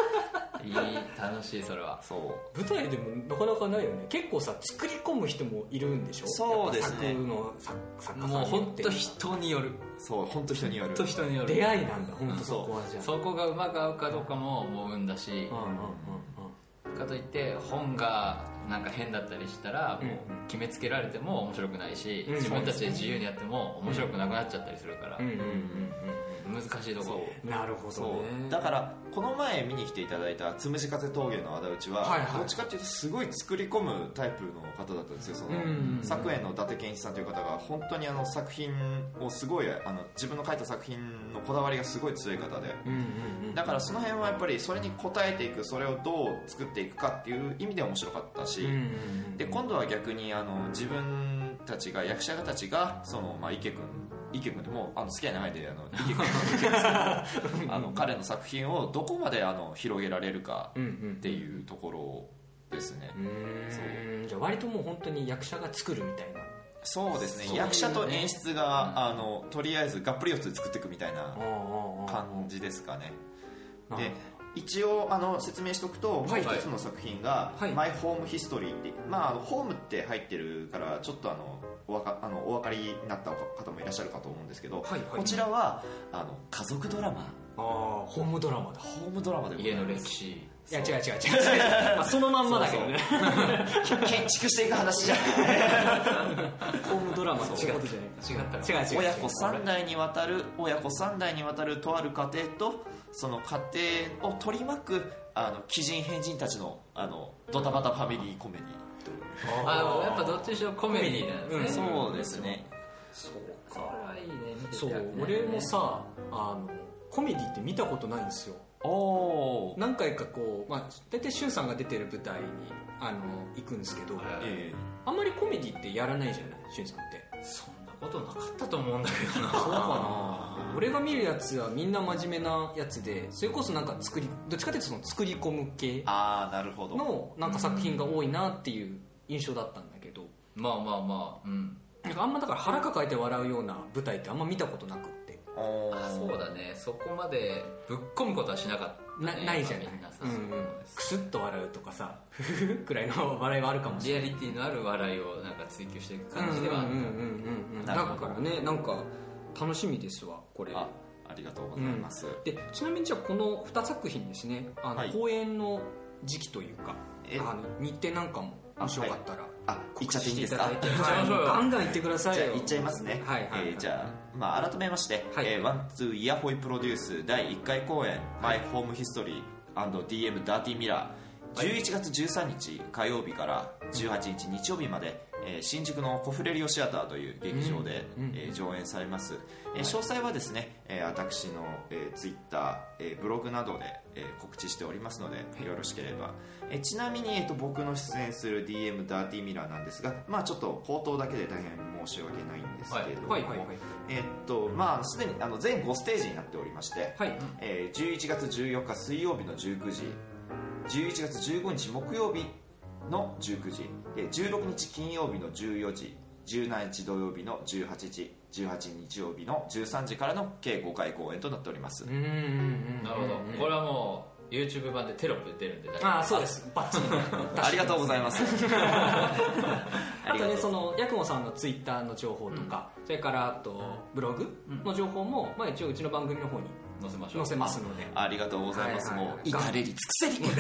Speaker 1: いい楽しいそれは
Speaker 3: そう
Speaker 2: 舞台でもなかなかないよね結構さ作り込む人もいるんでしょ
Speaker 3: そうです
Speaker 2: や
Speaker 3: ね
Speaker 2: っぱ作の作作家
Speaker 1: も
Speaker 2: さ
Speaker 1: うん
Speaker 2: によっ
Speaker 1: 本
Speaker 2: て
Speaker 1: 当人による
Speaker 3: そう本当人による
Speaker 1: 本当人による
Speaker 2: 出会いなんだ本当そこはじゃあ
Speaker 1: そこがうまく合うかどうかも思うんだし
Speaker 2: うんうんうんうん
Speaker 1: かといって本がなんか変だったりしたらもう決めつけられても面白くないし
Speaker 2: うん
Speaker 1: 自分たちで自由にやっても面白くなくなっちゃったりするから
Speaker 2: うんうん
Speaker 1: 難しいとこ
Speaker 2: うんなるほど
Speaker 3: そ
Speaker 2: ね
Speaker 3: うだからこの前見に来ていただいたつむじ風峠の仇討ちは、
Speaker 2: はいはい
Speaker 3: どっちかっていうとすごい作り込むタイプの方だったんですよその、
Speaker 2: うん
Speaker 3: 作演の伊達健一さんという方が本当にあの作品をすごいあの自分の書いた作品のこだわりがすごい強い方で
Speaker 2: うんうんうん
Speaker 3: だからその辺はやっぱりそれに応えていくそれをどう作っていくかっていう意味で面白かったし、
Speaker 2: うんうん
Speaker 3: で今度は逆にあの自分たちが役者たちがその、まあ、池君池君でもうあの付き合い長いんであの池君なんですけどあの彼の作品をどこまであの広げられるか
Speaker 2: うんうん
Speaker 3: っていうところですね、
Speaker 2: うんじゃあ割ともう本当に役者が作るみたいな
Speaker 3: そうですね
Speaker 2: そう
Speaker 3: 役者と演出が、
Speaker 1: うん
Speaker 3: あのとりあえずがっぷり四つで作っていくみたいな
Speaker 2: 感
Speaker 3: 感じですかね
Speaker 2: なる
Speaker 3: で一応あの説明しておくと、
Speaker 2: はい
Speaker 3: もう一つの作品が
Speaker 2: はい
Speaker 3: 「マイホームヒストリー」って、まああの、ホームって入ってるからちょっとあのおわかあのお分かりになった方もいらっしゃるかと思うんですけど、
Speaker 2: はいはい
Speaker 3: こちらはあの家族ドラマ
Speaker 2: ああホームドラマだ
Speaker 3: ホームドラマで
Speaker 1: ろ
Speaker 3: ござい
Speaker 1: 家
Speaker 3: ます
Speaker 1: の歴史
Speaker 2: いや違う違う違う違う、まあ、そのまんまだけどね
Speaker 3: 建築していく話じゃない
Speaker 2: ホームドラマと
Speaker 3: そう
Speaker 2: 違ってじゃない
Speaker 1: 違ったら
Speaker 2: 違う違う違う
Speaker 3: 親子3代にわたる親子三代にわたるとある家庭とその家庭を取り巻くあの鬼人変人たちのあのドタバタファミリーコメディという
Speaker 1: あのやっぱどっちにしろコメディなん
Speaker 2: うん
Speaker 1: ですね
Speaker 3: そうですね
Speaker 2: そう
Speaker 1: これはいいね見てて
Speaker 2: そう俺もさあのコメディって見たことないんですよ
Speaker 3: おお
Speaker 2: 何回かこう、まあ、大体しゅんさんが出てる舞台にあの行くんですけど
Speaker 1: はい
Speaker 3: ええ
Speaker 2: あんまりコメディってやらないじゃないしゅんさんって
Speaker 1: そんなことなかったと思うんだけどな
Speaker 2: そうかな俺が見るやつはみんな真面目なやつでそれこそなんか作りどっちかというとその作り込む系
Speaker 3: ああなるほど
Speaker 2: のなんか作品が多いなっていう印象だったんだけど
Speaker 1: [laughs] まあまあまあうん
Speaker 2: なんかあんまだから腹抱えて笑うような舞台ってあんま見たことなくって
Speaker 3: おー
Speaker 1: あそうだねそこまでぶっ込むことはしなかった
Speaker 2: な
Speaker 1: ね
Speaker 2: ないじゃない
Speaker 1: みんなさ
Speaker 2: うんうんクスッと笑うとかさ [laughs] フフフくらいの笑いはあるかもしれ
Speaker 1: リアリティのある笑いをなんか追求していく
Speaker 2: ない
Speaker 1: 感じではあっ
Speaker 2: うん
Speaker 1: た
Speaker 2: うんうんうんだ
Speaker 3: なるほど
Speaker 2: からねなんか楽しみですわこれ
Speaker 3: あありがとうございます、
Speaker 2: でちなみにじゃあこの2作品ですねあの、
Speaker 3: はい
Speaker 2: 公演の時期というか
Speaker 3: え
Speaker 2: あの日程なんかももしよかったら
Speaker 3: あ行っちゃっていいんですか
Speaker 2: 告知し
Speaker 1: 行っ
Speaker 2: てい
Speaker 1: たち
Speaker 2: だ
Speaker 1: ゃいまし
Speaker 2: いて
Speaker 1: ょうよ
Speaker 2: [laughs] ガンガン行ってください
Speaker 3: じゃあ
Speaker 2: よ
Speaker 3: 行っちゃいますね、
Speaker 2: はいはいはい
Speaker 3: えーじゃあ,、まあ改めまして「
Speaker 2: はい
Speaker 3: えーワンツーイヤホイプロデュース第1回公演「マイホームヒストリー &DM ダーティーミラー」11月13日火曜日から18日日曜日まで、えー新宿のコフレリオシアターという劇場で、えー上演されます、えー詳細はですね、えー私の、えー、ツイッター、えーブログなどで、えー告知しておりますのでよろしければ、えーちなみに、えー、と僕の出演する DM ダーティーミラーなんですが、まあ、ちょっと口頭だけで大変申し訳ないんですけれども、
Speaker 2: はいはいはい
Speaker 3: えっとまあすでにあの全5ステージになっておりまして、
Speaker 2: はい
Speaker 3: えー11月14日水曜日の19時11月15日木曜日の19時で16日金曜日の14時17日土曜日の18時18日曜日の13時からの計5回公演となっております、
Speaker 2: うんうんうんうん
Speaker 1: なるほどこれはもう YouTube 版でテロップ出るんで大丈夫
Speaker 2: ああそうですバッチリ
Speaker 3: [laughs] ありがとうございます。
Speaker 2: あとね、
Speaker 3: そ
Speaker 2: そ
Speaker 3: の
Speaker 2: の、ヤクモさんのツイッターの情報とか、それから、あと、ブログの情報も、まあ一応うちの番組の方に
Speaker 1: 載せましょう
Speaker 2: 載せますので。
Speaker 3: ありがとうございます。
Speaker 2: はいはい
Speaker 3: もう、至れり尽くせり。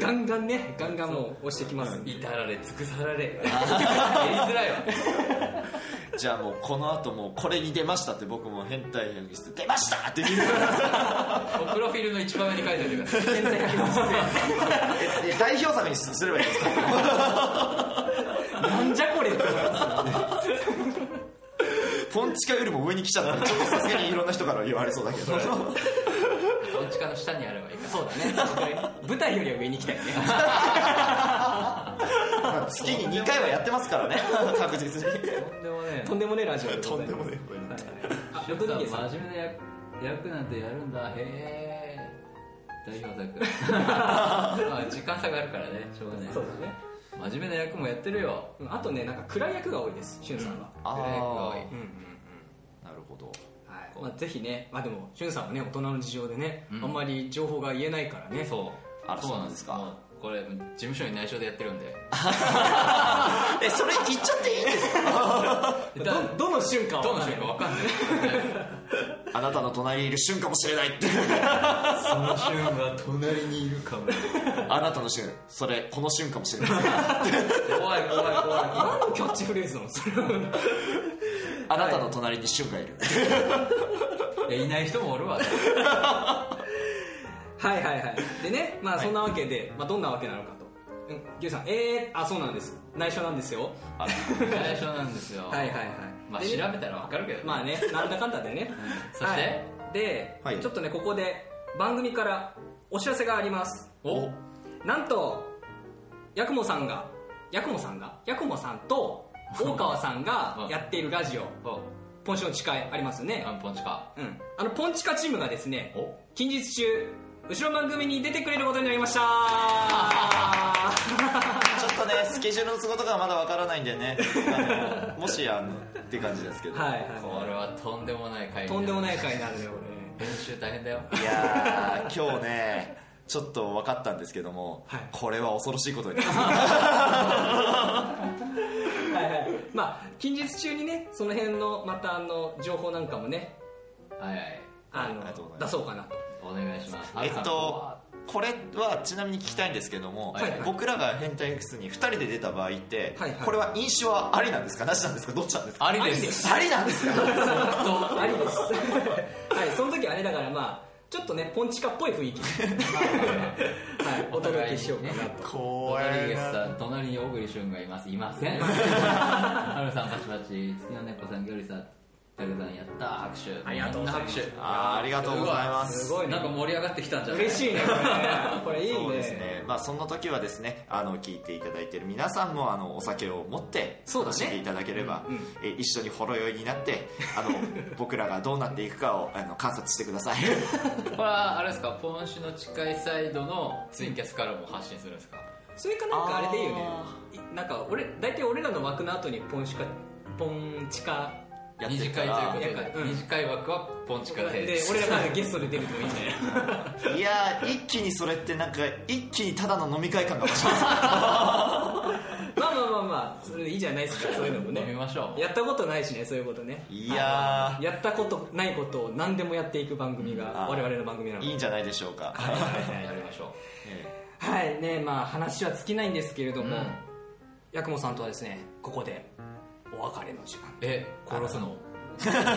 Speaker 2: ガンガンね、ガンガンもう押してきますんで。
Speaker 1: 至られ尽くさられやり [laughs] づらいわ
Speaker 3: じゃあもう、この後もう、これに出ましたって僕も変態百室出ましたって
Speaker 2: [laughs]
Speaker 3: いう。
Speaker 1: もうプロフィールの一番上に書いておいてください
Speaker 2: 全体的に
Speaker 3: え代表作にすればいいですか
Speaker 2: なんじゃこれって思いますよね
Speaker 3: ポンチカよりも上に来ちゃ [laughs] ったら、ちょっとさすがにいろんな人から言われそうだけど。 [laughs]
Speaker 1: どっちかの下にあればいいから
Speaker 2: そう
Speaker 1: [laughs]
Speaker 2: だね。舞台よりは上に行きたいね。
Speaker 3: まあ月に2回はやってますから [laughs] ね、確実に。
Speaker 1: とんでもね
Speaker 2: とんでもねえラジオで
Speaker 3: と
Speaker 2: ござ
Speaker 3: ん
Speaker 2: い
Speaker 3: で
Speaker 2: ま
Speaker 3: も
Speaker 2: す。
Speaker 3: ねえ。
Speaker 2: あ
Speaker 1: 真
Speaker 2: ロドリゲさん
Speaker 1: 面目な役役なんてやるんだへえ代表作まあ時間差があるからねしょうがない
Speaker 2: そうだね。
Speaker 1: 真面目な役もやってるよ
Speaker 2: うんあとね、なんか暗い役が多いです、しゅんさんは。
Speaker 3: あ
Speaker 1: あ
Speaker 3: ー
Speaker 2: うんうんうん。
Speaker 3: なるほど。
Speaker 2: はい。まあぜひね、まあでも、しゅんさんはね、大人の事情でね、あ
Speaker 1: うん
Speaker 2: んまり情報が言えないからね。
Speaker 1: そう
Speaker 3: あら
Speaker 1: そうなんで
Speaker 3: そうなんです
Speaker 1: す
Speaker 3: か
Speaker 1: もうこれ事務所に内緒でやってるんで
Speaker 3: え、それ言っちゃっていいんですか
Speaker 2: どどの瞬間は
Speaker 1: ど
Speaker 2: 分
Speaker 1: の
Speaker 2: かん
Speaker 1: 瞬
Speaker 2: ない
Speaker 1: 間わかんない
Speaker 3: あなたの隣にいる瞬かもしれないって。
Speaker 1: その瞬は隣にいるかも
Speaker 3: あなたの瞬、それ、この瞬かもしれない。
Speaker 1: 怖い怖い怖い
Speaker 2: 何のキャッチフレーズなのそれは
Speaker 3: あなたの隣に瞬がいる。
Speaker 1: いやいない人もおるわ
Speaker 2: はいはいはいでねまあそんなわけで、まあ、どんなわけなのかとうん牛さんえー、あそうなんです内緒なんですよ
Speaker 3: あ
Speaker 1: 内緒なんですよ
Speaker 2: はいはいはい
Speaker 1: まあ
Speaker 2: で
Speaker 1: 調べ
Speaker 2: ね
Speaker 1: たらわかるけど
Speaker 2: まあねなんだかんだでね、
Speaker 1: そして
Speaker 2: はいで、
Speaker 3: はい
Speaker 2: ちょっとねここで番組からお知らせがあります
Speaker 3: お
Speaker 2: なんと八雲さんが八雲さんが八雲さん
Speaker 3: [laughs]
Speaker 2: と大川さんがやっているラジオ
Speaker 1: そう
Speaker 2: 「ポンション誓い」ありますよね
Speaker 1: アンポンチか
Speaker 2: うん、あのポンチカチームがですね
Speaker 1: お
Speaker 2: 近日中後ろの番組に出てくれることになり
Speaker 3: [laughs]
Speaker 2: ましたは
Speaker 3: ちょっとね、スケジュールの都合とかはまだわからないんでね、あのもしあのって感じですけど、
Speaker 2: いは
Speaker 1: これはとんでもない回
Speaker 2: い
Speaker 1: に
Speaker 2: とんでも
Speaker 1: い
Speaker 2: ない回になるねこ
Speaker 1: 編集大変だよ
Speaker 3: いやー、今日ね、ちょっと分かったんですけども、
Speaker 2: はい
Speaker 3: これは恐ろしいことになります
Speaker 2: れはいはいまあ近日中にねその辺のまたあの情報なんかもね
Speaker 1: はいはい
Speaker 2: あの
Speaker 3: ありがとうございま
Speaker 2: 出
Speaker 3: す
Speaker 2: そうかなと [laughs]
Speaker 1: お願いします
Speaker 3: えっとこれはちなみに聞きたいんですけども、
Speaker 2: はい
Speaker 3: 僕らが変態 X に2人で出た場合って、
Speaker 2: はいはい
Speaker 3: これは飲酒はありなんですかなしなんですかどっちなんですか
Speaker 1: ありで
Speaker 2: ありですす
Speaker 3: ありなんですか
Speaker 2: [laughs] ありです
Speaker 3: [laughs]
Speaker 2: はいその時はねだからまあちょっとねポンチカっぽい雰囲気、はい、お届けしようかなと
Speaker 3: 怖
Speaker 1: 隣
Speaker 3: い
Speaker 1: に
Speaker 3: な
Speaker 1: さん隣に小栗旬がいますいませんハルさんバチバチ月の猫さんギョリさんタグさんやった拍手
Speaker 2: ありがとうござい
Speaker 1: みんな
Speaker 2: ます
Speaker 1: 拍
Speaker 3: あーありがとうございます
Speaker 2: すご
Speaker 1: 手
Speaker 2: い
Speaker 1: な
Speaker 2: なん
Speaker 1: か盛り上がってきたんじゃない
Speaker 2: 嬉しいねこれね [laughs] これいいね
Speaker 3: そうですね、まあ、そんな時はですねあの聞いていただいている皆さんもあのお酒を持って
Speaker 2: そうだ
Speaker 3: 楽
Speaker 2: ね
Speaker 3: しんでいただければ、
Speaker 2: うんうん
Speaker 3: え一緒にほろ酔いになってあ
Speaker 2: [laughs]
Speaker 3: の僕らがどうなっていくかをあの観察してください
Speaker 1: これはあれですかポンシュの近いサイドのツイキャスからも発信するんですか
Speaker 2: それかなんかあれでいいよねいなんか俺大体俺らの枠の後にポンシカポンチカ
Speaker 3: やって
Speaker 1: 二次
Speaker 3: るか
Speaker 1: 会という
Speaker 3: ら
Speaker 1: こと
Speaker 2: やっ
Speaker 1: で、
Speaker 2: ぱうん
Speaker 1: 二次会枠はポンチ
Speaker 2: で
Speaker 1: カで
Speaker 2: 俺らがゲストで出るともいいん [laughs] じゃない
Speaker 3: いやー一気にそれってなんか一気にただの飲み会感が増します
Speaker 2: まあまあまあまあそれいいじゃないですかそういうのも
Speaker 1: 飲み
Speaker 2: [laughs] ね
Speaker 1: ましょう
Speaker 2: やったことないしねそういうことね
Speaker 3: いや
Speaker 2: やったことないことを何でもやっていく番組が
Speaker 3: あー
Speaker 2: 我々の番組なの
Speaker 3: ーい
Speaker 2: で
Speaker 3: いんじゃないでしょうか、
Speaker 1: やりましょ
Speaker 3: え
Speaker 2: はいねまあ話は尽きないんですけれど
Speaker 1: う、う
Speaker 2: も
Speaker 1: ん、
Speaker 2: 八雲さんとはですねここでお別れの時間
Speaker 1: え殺すの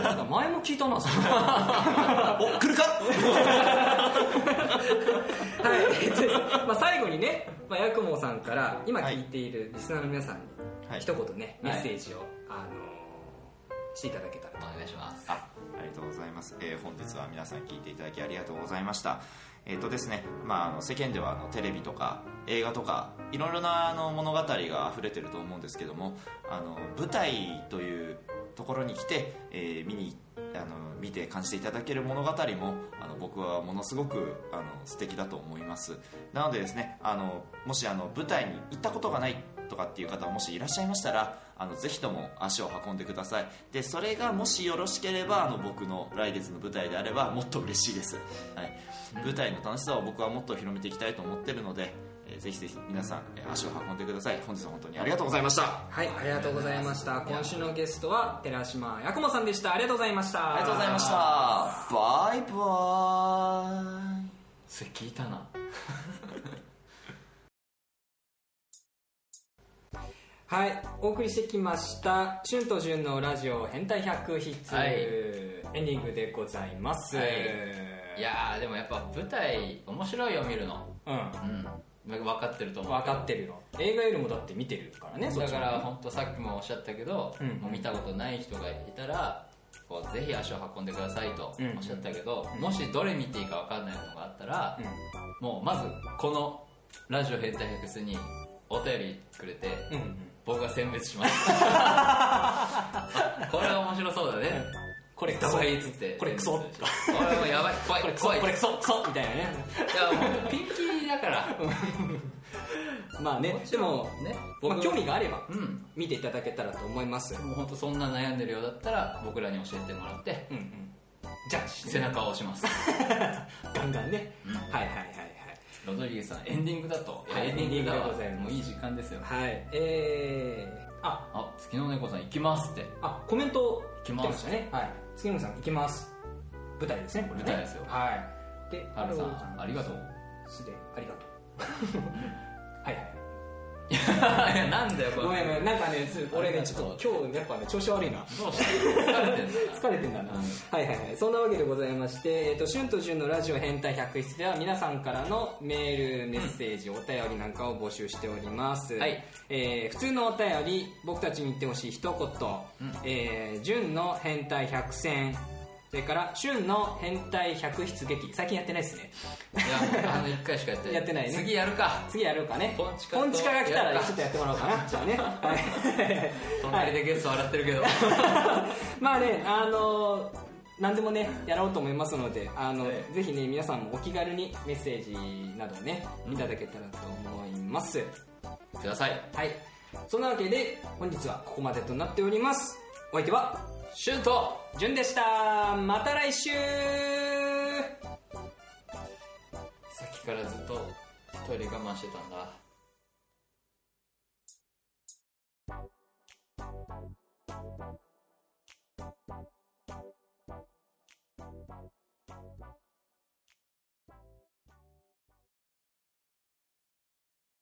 Speaker 2: なんか前も聞いたなそれ
Speaker 3: ーお来るか
Speaker 2: はい、
Speaker 3: [laughs]
Speaker 2: まあ最後にね、まあ、ヤクモさんから今聞いているリスナーの皆さんに
Speaker 3: はい
Speaker 2: 一言ね、
Speaker 1: はい
Speaker 2: メッセージを、あのーしていただけたら
Speaker 1: お
Speaker 2: と
Speaker 1: 願いします
Speaker 3: あありがとうございます、えー本日は皆さん聞いていただきありがとうございましたえっ、とですね、まあ、あの世間ではあのテレビとか映画とかいろいろなあの物語が溢れてると思うんですけどもあの舞台というところに来て、えー見にあの見て感じていただける物語もあの僕はものすごくあの素敵だと思いますなのでですねあのもしあの舞台に行ったことがないとかっていう方もしいらっしゃいましたらあのぜひとも足を運んでくださいでそれがもしよろしければあの僕の来月の舞台であればもっと嬉しいです、はい、舞台の楽しさを僕はもっと広めていきたいと思ってるので、えーぜひぜひ皆さん、えー足を運んでください本日は本当にありがとうございましたあ
Speaker 2: はい、ありがとうございました。今週のゲストは寺島八雲さんでした。ありがとうございました。あ
Speaker 3: りがとうございました。バイバイ
Speaker 1: それ聞いたな
Speaker 2: はい、お送りしてきました春と潤のラジオ変態百筆、
Speaker 1: はい
Speaker 2: エンディングでございます。
Speaker 1: はいいやーでもやっぱ舞台面白いよ見るの
Speaker 2: うん、
Speaker 1: うん分かってると思う
Speaker 2: 分かってるよ。映画よりもだって見てるからね。そっ
Speaker 1: だ
Speaker 2: ち
Speaker 1: か
Speaker 2: の
Speaker 1: ら本当さっきもおっしゃったけど、
Speaker 2: うん
Speaker 1: もう見たことない人がいたらこうぜひ足を運んでくださいと
Speaker 2: うん
Speaker 1: おっしゃったけど、
Speaker 2: うん
Speaker 1: もしどれ見ていいか分かんないのがあったら、
Speaker 2: う
Speaker 1: もうまずこの「ラジオ変態ヘクス」にお便りくれて、
Speaker 2: ん、うん、
Speaker 1: 僕が選別し
Speaker 2: [laughs]
Speaker 1: ますあこれは面白そうだね
Speaker 2: これクソ
Speaker 1: 怖いっつって
Speaker 2: これクソ
Speaker 1: 選別してこれもうやばい怖い
Speaker 2: これクソ、
Speaker 1: 怖い
Speaker 2: これクソ、クソみたいなね。
Speaker 1: いやもうピンキーだから
Speaker 2: まあね、でも、
Speaker 1: ね
Speaker 2: まあ、
Speaker 1: 僕
Speaker 2: 興味があれば
Speaker 1: うん
Speaker 2: 見ていただけたらと思います。
Speaker 1: もう本当そんな悩んでるようだったら僕らに教えてもらって
Speaker 2: うん、うん、ジャッジして
Speaker 1: 背中を押します
Speaker 2: ガンガンね。
Speaker 1: うん
Speaker 2: はいはいはいはい。
Speaker 1: [laughs] ロドリゲスさんエンディングだと、
Speaker 2: はい
Speaker 1: エンディングだ
Speaker 2: エンディングで
Speaker 1: わ
Speaker 2: ございます
Speaker 1: もういい時間ですよ
Speaker 2: はい、えー、あ、
Speaker 1: あ月の猫さん行きますって
Speaker 2: あ、コメント
Speaker 1: きます
Speaker 2: 来てしたね。はい。杉野さん、行きます。舞台ですね、これね
Speaker 1: 舞台ですよ
Speaker 2: はい。で、
Speaker 1: ハルさ
Speaker 2: ハロー
Speaker 1: んありがとう
Speaker 2: すで、ありがと
Speaker 1: [laughs]
Speaker 2: う。はいはい。
Speaker 1: いや [laughs] なんだよこれ
Speaker 2: ごめんごめん、なんかね、つ俺
Speaker 1: あり
Speaker 2: ね、
Speaker 1: が
Speaker 2: ち
Speaker 1: とう
Speaker 2: ょっと今日やっぱね、調子悪いな。
Speaker 1: どうした疲れてんだよ
Speaker 2: 疲れてんだな、はいはいはいそんなわけでございまして、えっと旬と旬のラジオ変態百室では皆さんからのメールメッセージ、お便りなんかを募集しております、
Speaker 1: はい
Speaker 2: えー普通のお便り僕たちに言ってほしい一言、
Speaker 1: うん
Speaker 2: えー旬の変態百選それから旬の変態百室劇最近やってないですね
Speaker 1: いやもうあの1回しかやってない
Speaker 2: やってないね
Speaker 1: 次やるか
Speaker 2: 次やろうかね
Speaker 1: ポンチカと
Speaker 2: ポンチカが来た
Speaker 1: やる
Speaker 2: ら
Speaker 1: か
Speaker 2: ちょっとやってもらおうかな
Speaker 1: [laughs]
Speaker 2: じゃあねはい
Speaker 1: 隣でゲスト笑ってるけど
Speaker 2: まあね、あの何でもね、やろうと思いますので、あの、
Speaker 1: ええ
Speaker 2: ぜひね、皆さんもお気軽にメッセージなどね、
Speaker 1: うん
Speaker 2: いただけたらと思います。
Speaker 1: ください
Speaker 2: はい。そんなわけで、本日はここまでとなっております。お相手は、
Speaker 1: シュート
Speaker 2: じゅんでした。また来週
Speaker 1: さっきからずっとトイレ我慢してたんだ